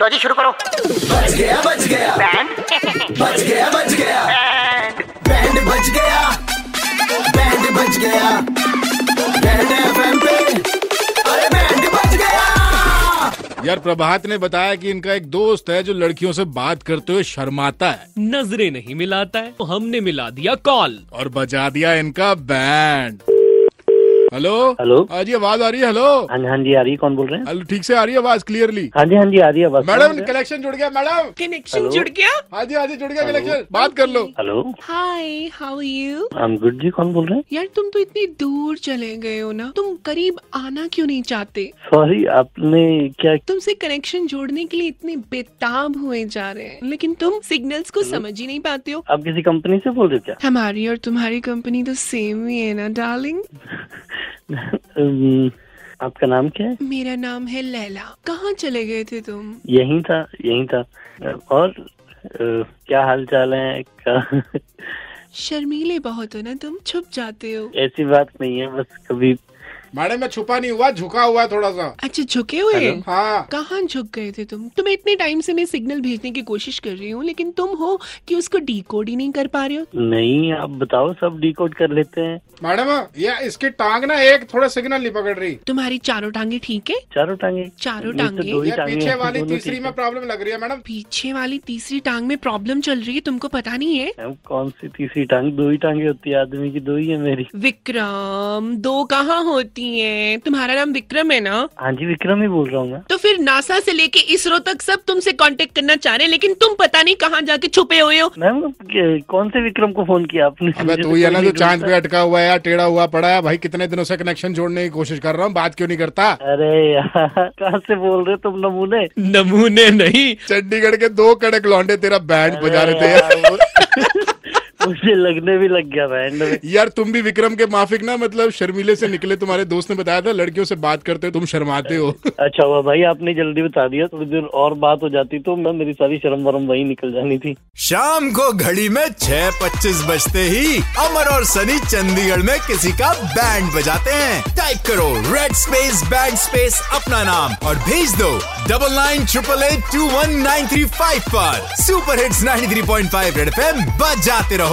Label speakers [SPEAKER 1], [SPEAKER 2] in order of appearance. [SPEAKER 1] लो जी शुरू करो
[SPEAKER 2] बच गया बच गया
[SPEAKER 1] बैंड
[SPEAKER 2] बच गया बच गया बैंड बच गया बैंड बच गया बैंड एफएम पे अरे बैंड बच गया
[SPEAKER 3] यार प्रभात ने बताया कि इनका एक दोस्त है जो लड़कियों से बात करते हुए शर्माता है
[SPEAKER 4] नजरें नहीं मिलाता है तो हमने मिला दिया कॉल
[SPEAKER 3] और बजा दिया इनका बैंड हेलो
[SPEAKER 5] हेलो।
[SPEAKER 3] हाँ जी आवाज आ रही है हेलो
[SPEAKER 5] हाँ जी हाँ जी आ रही है कौन बोल रहे हैं
[SPEAKER 3] हेलो ठीक से आ रही है आवाज क्लियरली
[SPEAKER 5] हाँ जी हाँ जी आ रही है बस
[SPEAKER 3] मैडम कलेक्शन जुड़ गया मैडम
[SPEAKER 4] कनेक्शन जुड़ गया
[SPEAKER 3] हाँ जी हाँ जी जुड़ गया कलेक्शन बात कर लो
[SPEAKER 5] hello
[SPEAKER 6] hi how you
[SPEAKER 5] I am good जी कौन बोल रहे हैं
[SPEAKER 6] यार तुम तो इतनी दूर चले गए हो ना तुम करीब आना क्यों नहीं चाहते
[SPEAKER 5] सॉरी आपने क्या
[SPEAKER 6] तुमसे कनेक्शन जोड़ने के लिए इतने बेताब हुए जा रहे हैं लेकिन तुम सिग्नल्स को समझ ही नहीं पाते हो
[SPEAKER 5] आप किसी कंपनी से बोल रहे हो
[SPEAKER 6] हमारी और तुम्हारी कंपनी तो सेम ही है ना डार्लिंग
[SPEAKER 5] क्या अम्म, आपका नाम क्या है
[SPEAKER 6] मेरा नाम है लैला कहाँ चले गए थे तुम
[SPEAKER 5] यही था यही था और अ, क्या हाल चाल है का-
[SPEAKER 6] शर्मीले बहुत हो ना तुम छुप जाते हो
[SPEAKER 5] ऐसी बात नहीं है बस कभी
[SPEAKER 3] मैडम मैं छुपा नहीं हुआ झुका हुआ है थोड़ा सा
[SPEAKER 6] अच्छा झुके हुए
[SPEAKER 3] हाँ
[SPEAKER 6] कहाँ झुक गए थे तुम तुम्हें इतने टाइम से मैं सिग्नल भेजने की कोशिश कर रही हूँ लेकिन तुम हो कि उसको डीकोड ही नहीं कर पा रहे हो
[SPEAKER 5] नहीं आप बताओ सब डिकोड कर लेते हैं
[SPEAKER 3] मैडम ये इसकी टांग ना एक थोड़ा सिग्नल नहीं पकड़ रही
[SPEAKER 6] तुम्हारी चारों टांगे ठीक है
[SPEAKER 5] चारों टांगे
[SPEAKER 6] चारों
[SPEAKER 5] नहीं तो
[SPEAKER 6] टांगे?
[SPEAKER 5] दो ही
[SPEAKER 3] ये
[SPEAKER 5] टांगे
[SPEAKER 3] पीछे
[SPEAKER 5] हैं,
[SPEAKER 3] वाली
[SPEAKER 5] दोनों
[SPEAKER 3] तीसरी
[SPEAKER 5] ठीक
[SPEAKER 3] में प्रॉब्लम लग रही है मैडम
[SPEAKER 6] पीछे वाली तीसरी टांग में प्रॉब्लम चल रही है तुमको पता नहीं है
[SPEAKER 5] हैं। कौन सी तीसरी टांग दो ही टांगे होती है आदमी की दो ही है मेरी
[SPEAKER 6] विक्रम दो कहाँ होती हैं तुम्हारा नाम विक्रम है ना
[SPEAKER 5] हाँ जी विक्रम ही बोल रहा हूँ मैं
[SPEAKER 6] तो फिर नासा से लेके इसरो तक सब तुमसे कांटेक्ट करना चाह रहे हैं लेकिन तुम पता नहीं कहाँ जाके छुपे हुए हो
[SPEAKER 5] मैम ये कौन से विक्रम को फोन किया आपने
[SPEAKER 3] अबे
[SPEAKER 5] मुझे
[SPEAKER 3] तू
[SPEAKER 5] तो
[SPEAKER 3] ही है ना
[SPEAKER 5] कोई
[SPEAKER 3] जो
[SPEAKER 5] नहीं
[SPEAKER 3] चांद पे
[SPEAKER 5] ढूंढता।
[SPEAKER 3] अटका हुआ है यार टेढ़ा हुआ पड़ा है भाई कितने दिनों से कनेक्शन जोड़ने की कोशिश कर रहा हूँ बात क्यों नहीं करता
[SPEAKER 5] अरे यार कहाँ से बोल रहे हो तुम नमूने
[SPEAKER 4] नमूने नहीं
[SPEAKER 3] चंडीगढ़ के दो कड़क लौंडे तेरा बैंड बजा रहे थे
[SPEAKER 5] अरे
[SPEAKER 3] यार
[SPEAKER 5] यार, मुझे लगने भी लग गया बैंड में
[SPEAKER 3] यार तुम भी विक्रम के माफिक ना मतलब शर्मीले से निकले तुम्हारे दोस्त ने बताया था लड़कियों से बात करते हो तुम शर्माते हो
[SPEAKER 5] अच्छा हुआ भाई आपने जल्दी बता दिया थोड़ी देर और बात हो जाती तो मैं मेरी सारी शर्म वरम वही निकल जानी थी
[SPEAKER 7] शाम को घड़ी में छह पच्चीस बजते ही अमर और सनी चंडीगढ़ में किसी का बैंड बजाते हैं टाइप करो रेड स्पेस बैंड स्पेस अपना नाम और भेज दो double nine triple eight two one nine three five पर super hits 93.5 three point five red F बजाते रहो